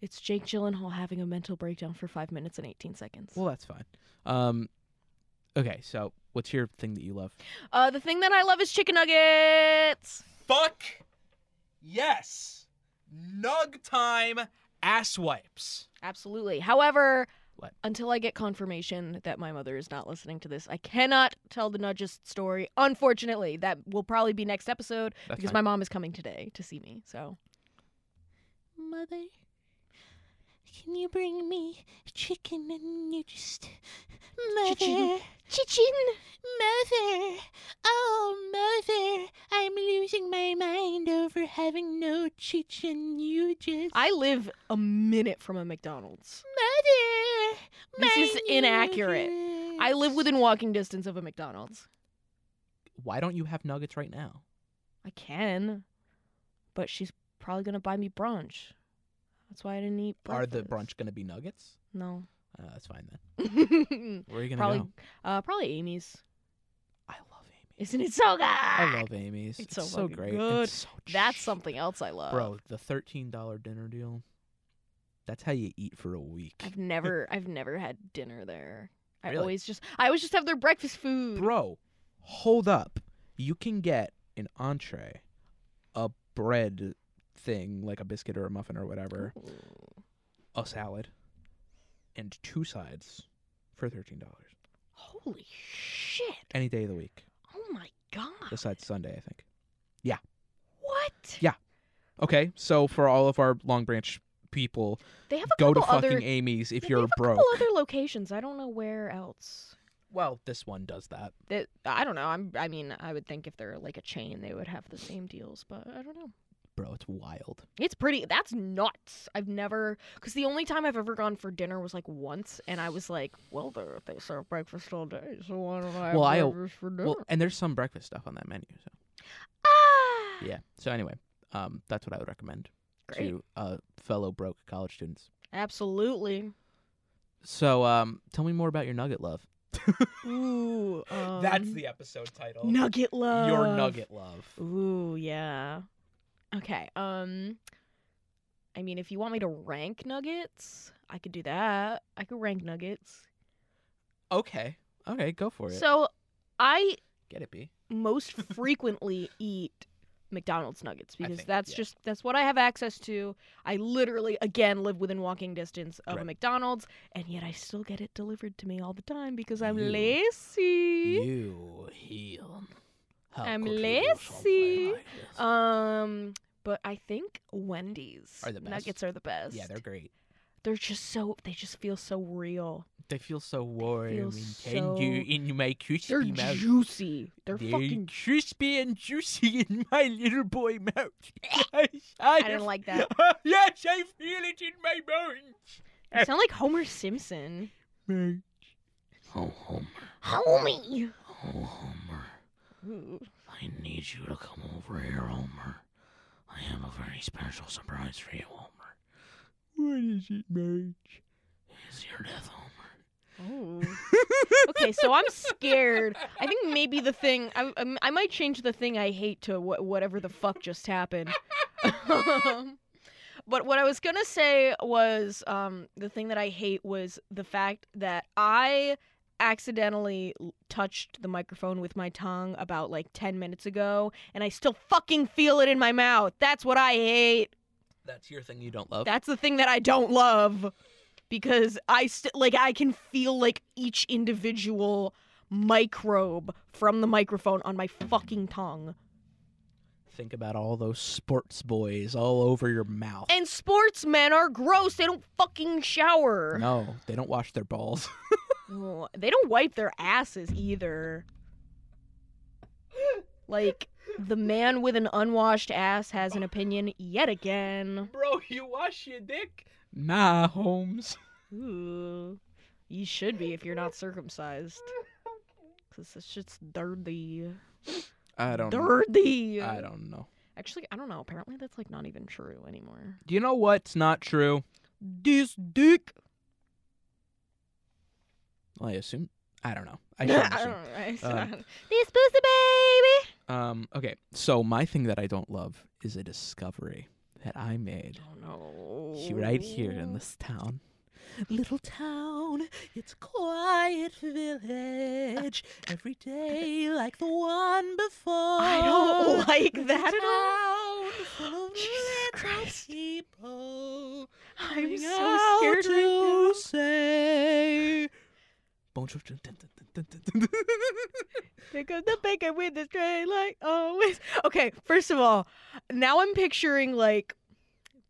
S1: it's Jake Gyllenhaal having a mental breakdown for five minutes and eighteen seconds.
S3: Well, that's fine. Um, Okay, so what's your thing that you love?
S1: Uh, the thing that I love is chicken nuggets.
S2: Fuck yes. Nug time ass wipes.
S1: Absolutely. However,
S3: What?
S1: until I get confirmation that my mother is not listening to this, I cannot tell the nudgest story. Unfortunately, that will probably be next episode
S3: That's
S1: because
S3: fine.
S1: my mom is coming today to see me. So, mother, can you bring me chicken and you just
S4: Mother,
S1: chicken?
S4: mother, oh mother, I'm losing my mind over having no chicken. You just
S1: I live a minute from a McDonald's.
S4: mother.
S1: This
S4: my
S1: is inaccurate. I live
S4: nuggets.
S1: within walking distance of a McDonald's.
S3: Why don't you have nuggets right now?
S1: I can, but she's probably gonna buy me brunch. That's why I didn't eat. Breakfast.
S3: Are the brunch gonna be nuggets?
S1: No.
S3: Uh, that's fine then.
S1: probably,
S3: Where are you gonna go?
S1: uh, probably Amy's.
S3: I love Amy.
S1: Isn't it so good?
S3: I love Amy's.
S1: It's
S3: It's,
S1: so
S3: so,
S1: fucking
S3: great.
S1: good.
S3: It's so
S1: That's
S3: cheap.
S1: something else I love.
S3: Bro, the thirteen dollar dinner deal. That's how you eat for a week.
S1: I've never, I've never had dinner there. I
S3: Really?
S1: always just, I always just have their breakfast food.
S3: Bro, hold up. You can get an entree, a bread thing like a biscuit or a muffin or whatever,
S1: Ooh.
S3: a salad, and two sides for thirteen dollars
S1: Holy shit!
S3: any day of the week
S1: Oh my god!
S3: besides Sunday, I think.
S1: What?
S3: Yeah. Okay, so for all of our Long Branch people,
S1: They have a
S3: go to
S1: couple
S3: fucking
S1: other.
S3: Amy's if
S1: they
S3: you're
S1: have a
S3: broke.
S1: couple other locations. I don't know where else.
S3: Well, this one does that.
S1: that I don't know. I'm, I mean, I would think if they're like a chain, they would have the same deals, but I don't know.
S3: Bro, it's wild.
S1: It's pretty. That's nuts. I've never because the only time I've ever gone for dinner was like once, and I was like, well, they they serve breakfast all day, so why don't I have
S3: Well, I-
S1: breakfast for dinner?
S3: Well, and there's some breakfast stuff on that menu. So
S1: ah,
S3: yeah. So anyway, um, that's what I would recommend
S1: great,
S3: to uh fellow broke college students.
S1: absolutely.
S3: So um, tell me more about your nugget love.
S1: Ooh, um,
S2: That's the episode title.
S1: nugget love.
S3: your nugget love.
S1: Ooh, yeah. Okay. Um I mean, if you want me to rank nuggets, I could do that. I could rank nuggets.
S3: Okay. Okay, go for it.
S1: So, I
S3: Get it, B.
S1: most frequently eat McDonald's nuggets because
S3: think,
S1: that's
S3: yeah.
S1: just that's what I have access to. I literally again live within walking distance of a
S3: Right.
S1: McDonald's and yet I still get it delivered to me all the time because I'm
S3: You-
S1: lazy.
S3: You heal. How
S1: I'm
S3: could you do something
S1: lazy.
S3: like this?
S1: Um but I think Wendy's
S3: Are the best.
S1: nuggets are the best.
S3: yeah, they're great.
S1: they're just so they just feel so real.
S3: They feel so warm
S1: feel
S3: and tender
S1: so-
S3: in my crispy
S1: They're
S3: mouth.
S1: juicy. They're,
S3: They're
S1: fucking.
S3: crispy and juicy in my little boy mouth. I,
S1: didn't
S3: just-
S1: like that.
S3: yes, I feel it in my bones.
S1: You sound like Homer Simpson.
S3: Right. Oh, Homer.
S1: Homie.
S3: Oh, Homer.
S1: Ooh.
S3: I need you to come over here, Homer. I have a very special surprise for you, Homer. What is it, Marge? It's your death, Homer.
S1: Ooh. okay, so I'm scared. I think maybe the thing I, I'm- I might change the thing I hate to wh- whatever the fuck just happened. Um, but what I was gonna say was um, the thing that I hate was the fact that I accidentally l- touched the microphone with my tongue about like 10 minutes ago and I still fucking feel it in my mouth. That's what I hate.
S3: That's your thing you don't love.
S1: That's the thing that I don't love because I st- like I can feel like each individual microbe from the microphone on my fucking tongue.
S3: Think about all those sports boys all over your mouth.
S1: And sportsmen are gross. They don't fucking shower.
S3: No, they don't wash their balls.
S1: Oh, They don't wipe their asses either. Like the man with an unwashed ass has an opinion yet again.
S2: Bro, you wash your dick.
S3: nah, Holmes.
S1: Ooh. You should be if you're not circumcised. Cause this shit's dirty.
S3: I don't.
S1: dirty.
S3: I don't know.
S1: Actually, I don't know. Apparently, that's like not even true anymore.
S3: You know what's not true? This dick. Well, I assume. I don't know. I shouldn't
S1: I
S3: assume.
S1: don't know. I
S3: Um,
S1: said- this pussy baby.
S3: Um, okay, so my thing that I don't love is a discovery that I made
S1: Oh no.
S3: he- right here in this town. Little town town. It's a quiet village. Every day like the one before.
S1: I don't like that at all.
S3: at all. Full of
S1: Jesus
S3: little
S1: Christ.
S3: people.
S1: I'm
S3: coming
S1: so
S3: out
S1: scared
S3: to
S1: right now.
S3: say
S5: Bonjour. dun, dun, dun, dun, dun, dun.
S1: Pick up the bacon with the tray like always. Okay, first of all, now I'm picturing like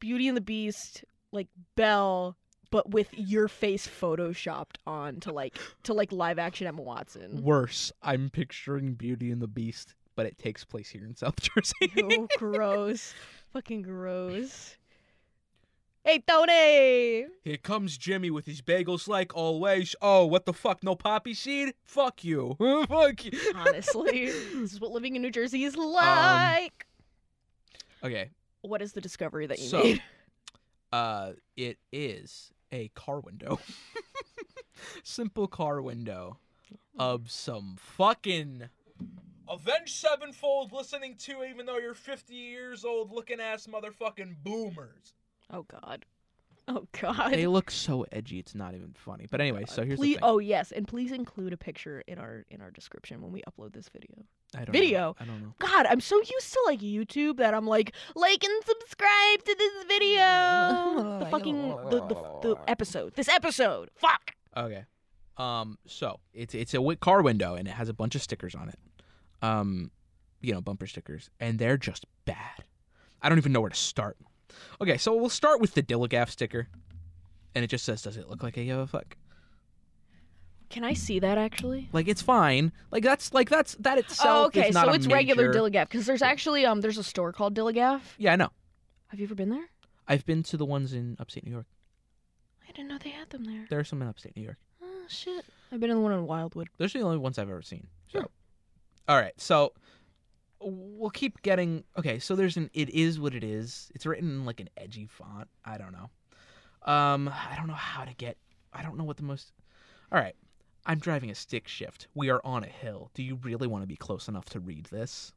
S1: Beauty and the Beast, like Belle, but with your face photoshopped on to like to like live action Emma Watson.
S5: Worse, I'm picturing Beauty and the Beast, but it takes place here in South Jersey.
S1: Oh, gross. Fucking gross. Hey, Tony!
S5: Here comes Jimmy with his bagels like always. Oh, what the fuck? No poppy seed? Fuck you. fuck you.
S1: Honestly, this is what living in New Jersey is
S5: Um,
S1: like.
S5: Okay.
S1: what is the discovery that you
S5: so,
S1: made?
S5: uh, it is a car window. Simple car window of some fucking
S2: Avenged Sevenfold listening to even though you're 50 years old looking ass motherfucking boomers.
S1: Oh, God. Oh, God.
S5: they look so edgy it's not even funny but anyway so here's
S1: please,
S5: the thing.
S1: oh yes, and please include a picture in our in our description when we upload this video.
S5: I don't know.
S1: video.
S5: i don't know
S1: God, I'm so used to like YouTube that I'm like like and subscribe to this video, the fucking the, the, the episode, this episode. Fuck.
S5: Okay. Um. So it's it's a wi- car window and it has a bunch of stickers on it. Um, you know, bumper stickers, and they're just bad. I don't even know where to start. Okay, so we'll start with the Dilligaff sticker, and it just says, "Does it look like I give a fuck?"
S1: Can I see that actually?
S5: Like it's fine. Like that's like that's that itself.
S1: oh, okay,
S5: is not
S1: so
S5: a
S1: it's regular
S5: major-
S1: Dilligaff because there's actually um there's a store called Dilligaff.
S5: Yeah, I know.
S1: Have you ever been there?
S5: I've been to the ones in upstate New York.
S1: I didn't know they had them there.
S5: There are some in upstate New York.
S1: Oh shit, I've been in the one in Wildwood.
S5: Those are the only ones I've ever seen. So,
S1: Hmm.
S5: all right. So we'll keep getting. Okay. So there's an. It is what it is. It's written in like an edgy font. I don't know. Um. I don't know how to get. I don't know what the most. All right. I'm driving a stick shift. We are on a hill. Do you really want to be close enough to read this?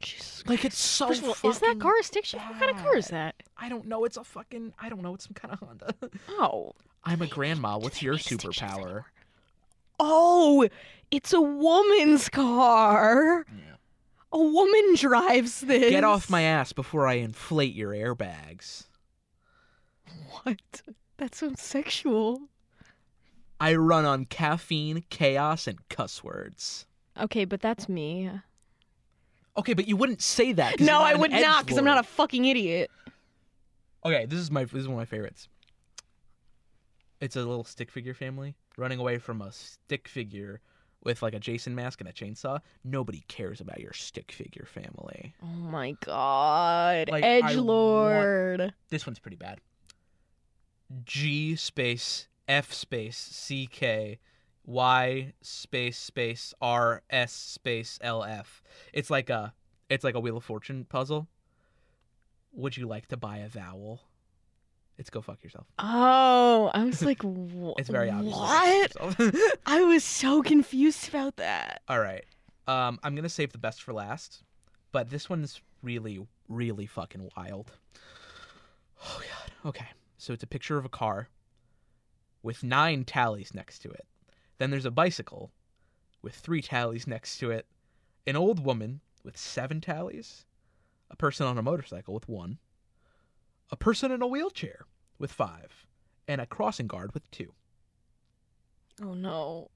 S1: Jesus.
S5: Like it's so.
S1: First of all, is that
S5: fucking-
S1: car a stick shift? What kind of car is that?
S5: I don't know. It's a fucking. I don't know. It's some kind of Honda.
S1: Oh.
S5: I'm a
S1: They-
S5: grandma.
S1: do
S5: What's
S1: they
S5: your
S1: make stick shifts
S5: superpower?
S1: anymore? Oh, it's a woman's car.
S5: Yeah.
S1: A woman drives this.
S5: Get off my ass before I inflate your airbags.
S1: What? That sounds sexual.
S5: I run on caffeine, chaos, and cuss words.
S1: Okay, but that's me.
S5: Okay, but you wouldn't say that. 'cause
S1: No,
S5: you're
S1: I
S5: an
S1: would not, because I'm not a
S5: edgelord.
S1: fucking idiot.
S5: Okay, this is my this is one of my favorites. It's a little stick figure family running away from a stick figure with like a Jason mask and a chainsaw. Nobody cares about your stick figure family.
S1: Oh my god,
S5: Like, I
S1: edge lord.
S5: This one's pretty bad. G space F space C K Y space space R S space L F. It's like a it's like a Wheel of Fortune puzzle. Would you like to buy a vowel? It's go fuck yourself.
S1: Oh, I was like, wha-
S5: It's very obvious.
S1: What?
S5: What?
S1: I was so confused about that.
S5: All right. Um, I'm gonna save the best for last, but this one's really, really fucking wild. Oh god. Okay. So it's a picture of a car with nine tallies next to it. Then there's a bicycle with three tallies next to it. An old woman with seven tallies. A person on a motorcycle with one. A person in a wheelchair with five. And a crossing guard with two.
S1: Oh no.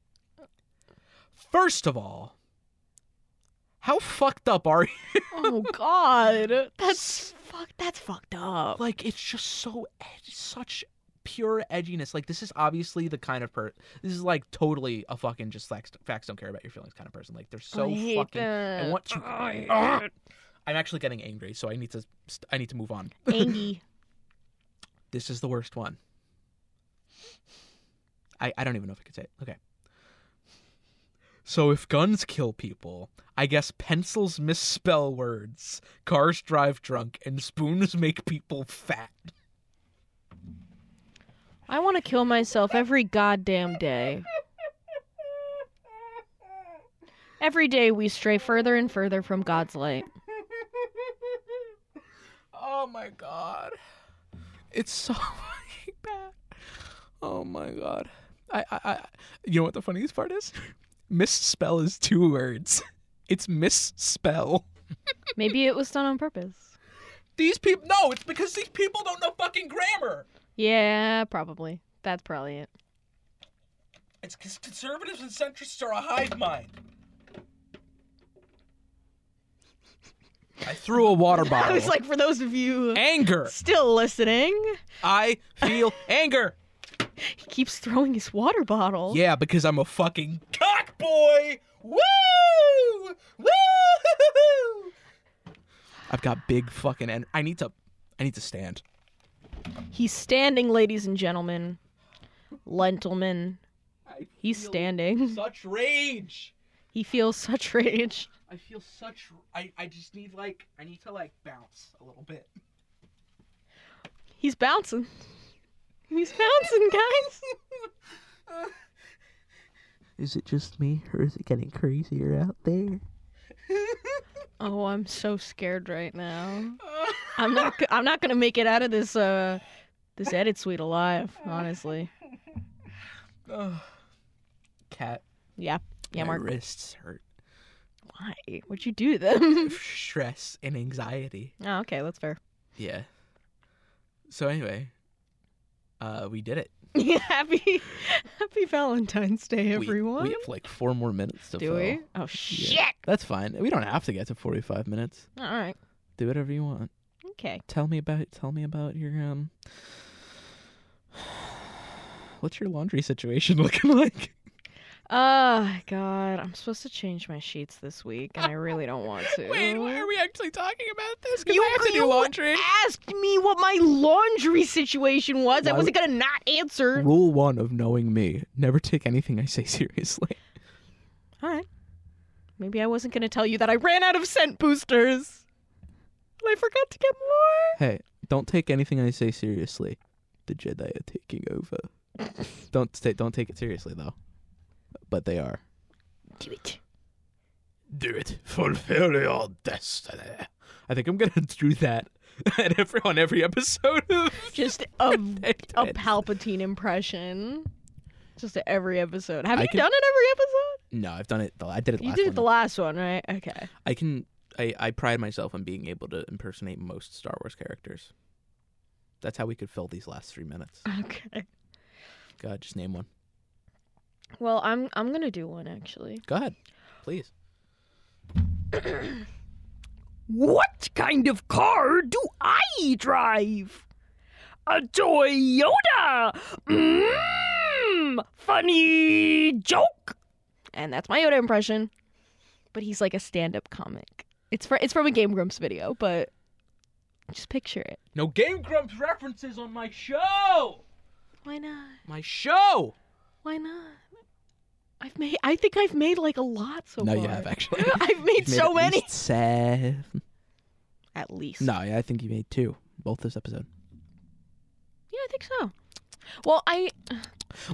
S5: First of all, how fucked up are you?
S1: Oh god. That's fuck that's fucked up.
S5: Like it's just so ed- such pure edginess. Like this is obviously the kind of per. This is like totally a fucking just facts, facts don't care about your feelings kind of person. Like they're so
S1: I hate
S5: fucking.
S1: that.
S5: I want to. Ugh. I'm actually getting angry, so I need to. st- I need to move on.
S1: Angie.
S5: This is the worst one. I, I don't even know if I could say it. Okay. So if guns kill people, I guess pencils misspell words, cars drive drunk, and spoons make people fat.
S1: I want to kill myself every goddamn day. Every day we stray further and further from God's light.
S5: oh my god. It's so fucking bad. Oh my god. I, I, I you know what the funniest part is? Misspell is two words. It's misspell.
S1: Maybe it was done on purpose.
S2: These people. No, it's because these people don't know fucking grammar.
S1: Yeah, probably. That's probably it.
S2: It's because conservatives and centrists are a hive mind.
S5: I threw a water bottle.
S1: I was like, for those of you
S5: anger.
S1: still listening,
S5: I feel anger.
S1: he keeps throwing his water bottle.
S5: Yeah, because I'm a fucking
S2: Cock boy! Woo! Woo!
S5: I've got big fucking and I need to I need to stand.
S1: He's standing, ladies and gentlemen. Lentilman. He's standing.
S2: Such rage.
S1: He feels such rage.
S2: I feel such. I, I just need like I need to like bounce a little bit.
S1: He's bouncing. He's bouncing, guys.
S6: Is it just me, or is it getting crazier out there?
S1: Oh, I'm so scared right now. I'm not. g- I'm not gonna make it out of this. Uh, this edit suite alive. Honestly.
S5: Ugh. Cat.
S1: Yeah. Yeah,
S5: my
S1: Mark.
S5: wrists hurt.
S1: Why? Would you do them?
S5: Stress and anxiety.
S1: oh, okay. That's fair.
S5: Yeah. So anyway, uh we did it.
S1: happy, happy Valentine's Day,
S5: We-
S1: everyone.
S5: We, have like four more minutes to
S1: do
S5: fill.
S1: we? Oh shit!
S5: That's fine. We don't have to get to forty five minutes.
S1: All right.
S5: Do whatever you want.
S1: Okay.
S5: Tell me about tell me about your um what's your laundry situation looking like?
S1: Oh god, I'm supposed to change my sheets this week, and I really don't want to.
S5: we actually talking about this?
S1: You, you asked me what my laundry situation was. I
S5: Why
S1: wasn't gonna not answer.
S5: Rule one of knowing me: never take anything I say seriously.
S1: All right. Maybe I wasn't gonna tell you that I ran out of scent boosters. And I forgot to get more.
S5: Hey, don't take anything I say seriously. The Jedi are taking over. don't ta- don't take it seriously though, but they are.
S1: Do it.
S5: Do it. Fulfill your destiny. I think I'm gonna do that at every, on every episode. Of
S1: Just a, a
S5: It's-
S1: Palpatine impression. Just at every episode. Have
S5: I
S1: you
S5: can-
S1: done it
S5: no, I've done it. the- I did it
S1: every episode? You
S5: last
S1: did
S5: one.
S1: it the last one, right? Okay.
S5: I can. I, I pride myself on being able to impersonate most Star Wars characters. That's how we could fill these last three minutes.
S1: Okay.
S5: God, just name one.
S1: Well, I'm I'm gonna do one actually.
S5: Go ahead, please.
S1: What kind of car do I drive? A Toyota! Mmm! Funny joke! And that's my Yoda impression. But he's like a stand up comic. It's, fr- it's from a Game Grumps video, but just picture it.
S2: No Game Grumps references on my show.
S1: Why not?
S5: My show.
S1: Why not? I've made. I think I've made like a lot so
S5: no,
S1: far.
S5: you have actually.
S1: I've Oh, made,
S5: You've made
S1: so
S5: at
S1: many.
S5: least Seven.
S1: At least.
S5: No, yeah, I think you made two. Both this episode.
S1: Yeah, I think so. Well, I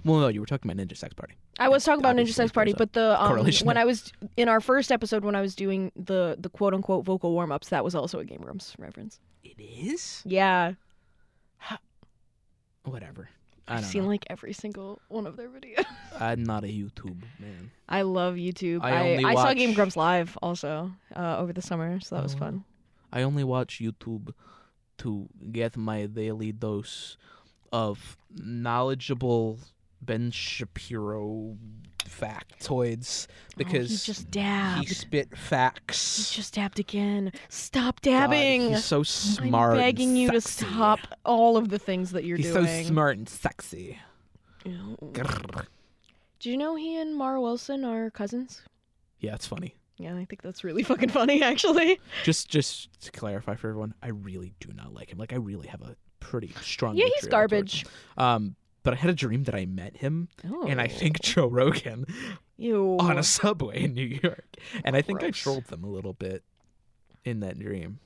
S5: Well, no, you were talking about Ninja Sex Party.
S1: I was talking about Ninja
S5: Obviously,
S1: Sex Party,
S5: there's a
S1: but the um,
S5: correlation
S1: when
S5: there.
S1: I was in our first episode when I was doing the the quote unquote vocal warm ups, that was also a Game Grumps reference.
S5: It is.
S1: Yeah,
S5: Whatever. I
S1: I've
S5: don't
S1: seen
S5: know.
S1: like every single one of their videos.
S5: I'm not a YouTube man.
S1: I love YouTube.
S5: I
S1: I,
S5: only
S1: I saw
S5: watch-
S1: Game Grumps live also uh, over the summer, so that was
S5: Oh,
S1: fun.
S5: I only watch YouTube to get my daily dose of knowledgeable Ben Shapiro factoids
S1: oh, he
S5: because
S1: just
S5: he
S1: dabbed.
S5: spit
S1: He
S5: facts.
S1: just dabbed again. Stop
S5: God,
S1: dabbing.
S5: he's so smart.
S1: I'm
S5: and
S1: begging you to
S5: sexy.
S1: stop all of the things that you're
S5: He's
S1: doing.
S5: so smart and sexy.
S1: Ew.
S5: Grrr.
S1: Do you know he and Mara Wilson are cousins?
S5: Yeah, it's funny.
S1: Yeah, I think that's really fucking funny, actually.
S5: Just just to clarify for everyone, I really do not like him. Like I really have a pretty strong
S1: Yeah, he's
S5: vitriol towards
S1: garbage.
S5: him. Um but I had a dream that I met him and I
S1: Oh.
S5: think Joe Rogan
S1: Ew.
S5: on a subway in New York. And I think I
S1: Gross.
S5: trolled them a little bit in that dream.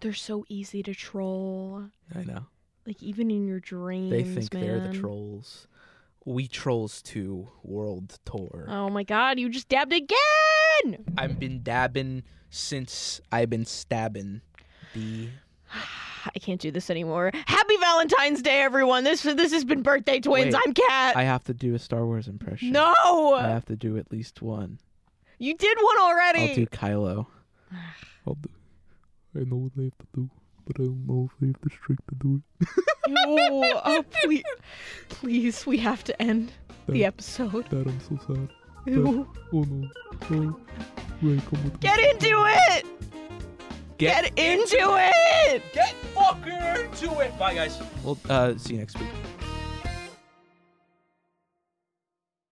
S1: They're so easy to troll.
S5: I know.
S1: Like even in your dreams,
S5: They think they're the
S1: man.
S5: trolls. We trolls two world tour.
S1: Oh my god, you just dabbed again!
S5: I've been dabbing since I've been stabbing. The
S1: I can't do this anymore. Happy Valentine's Day, everyone. This this has been Birthday Twins.
S5: Wait.
S1: I'm Kat.
S5: I Uh, have to do a Star Wars impression.
S1: no,
S5: I have to do at least one.
S1: you did one
S5: I'll
S1: already.
S5: do Kylo.
S7: I'll do. I know what I have to do, but I don't know if I have the strength to do it.
S1: No, oh, please, please, we have to end the
S7: No.
S1: episode.
S7: Dad, I'm so sad.
S1: Ew.
S7: Oh no. Oh, Ray, come with me.
S1: Get into it. Get into it.
S2: Get fucking into it. Bye, guys.
S5: Well, uh, see you next week.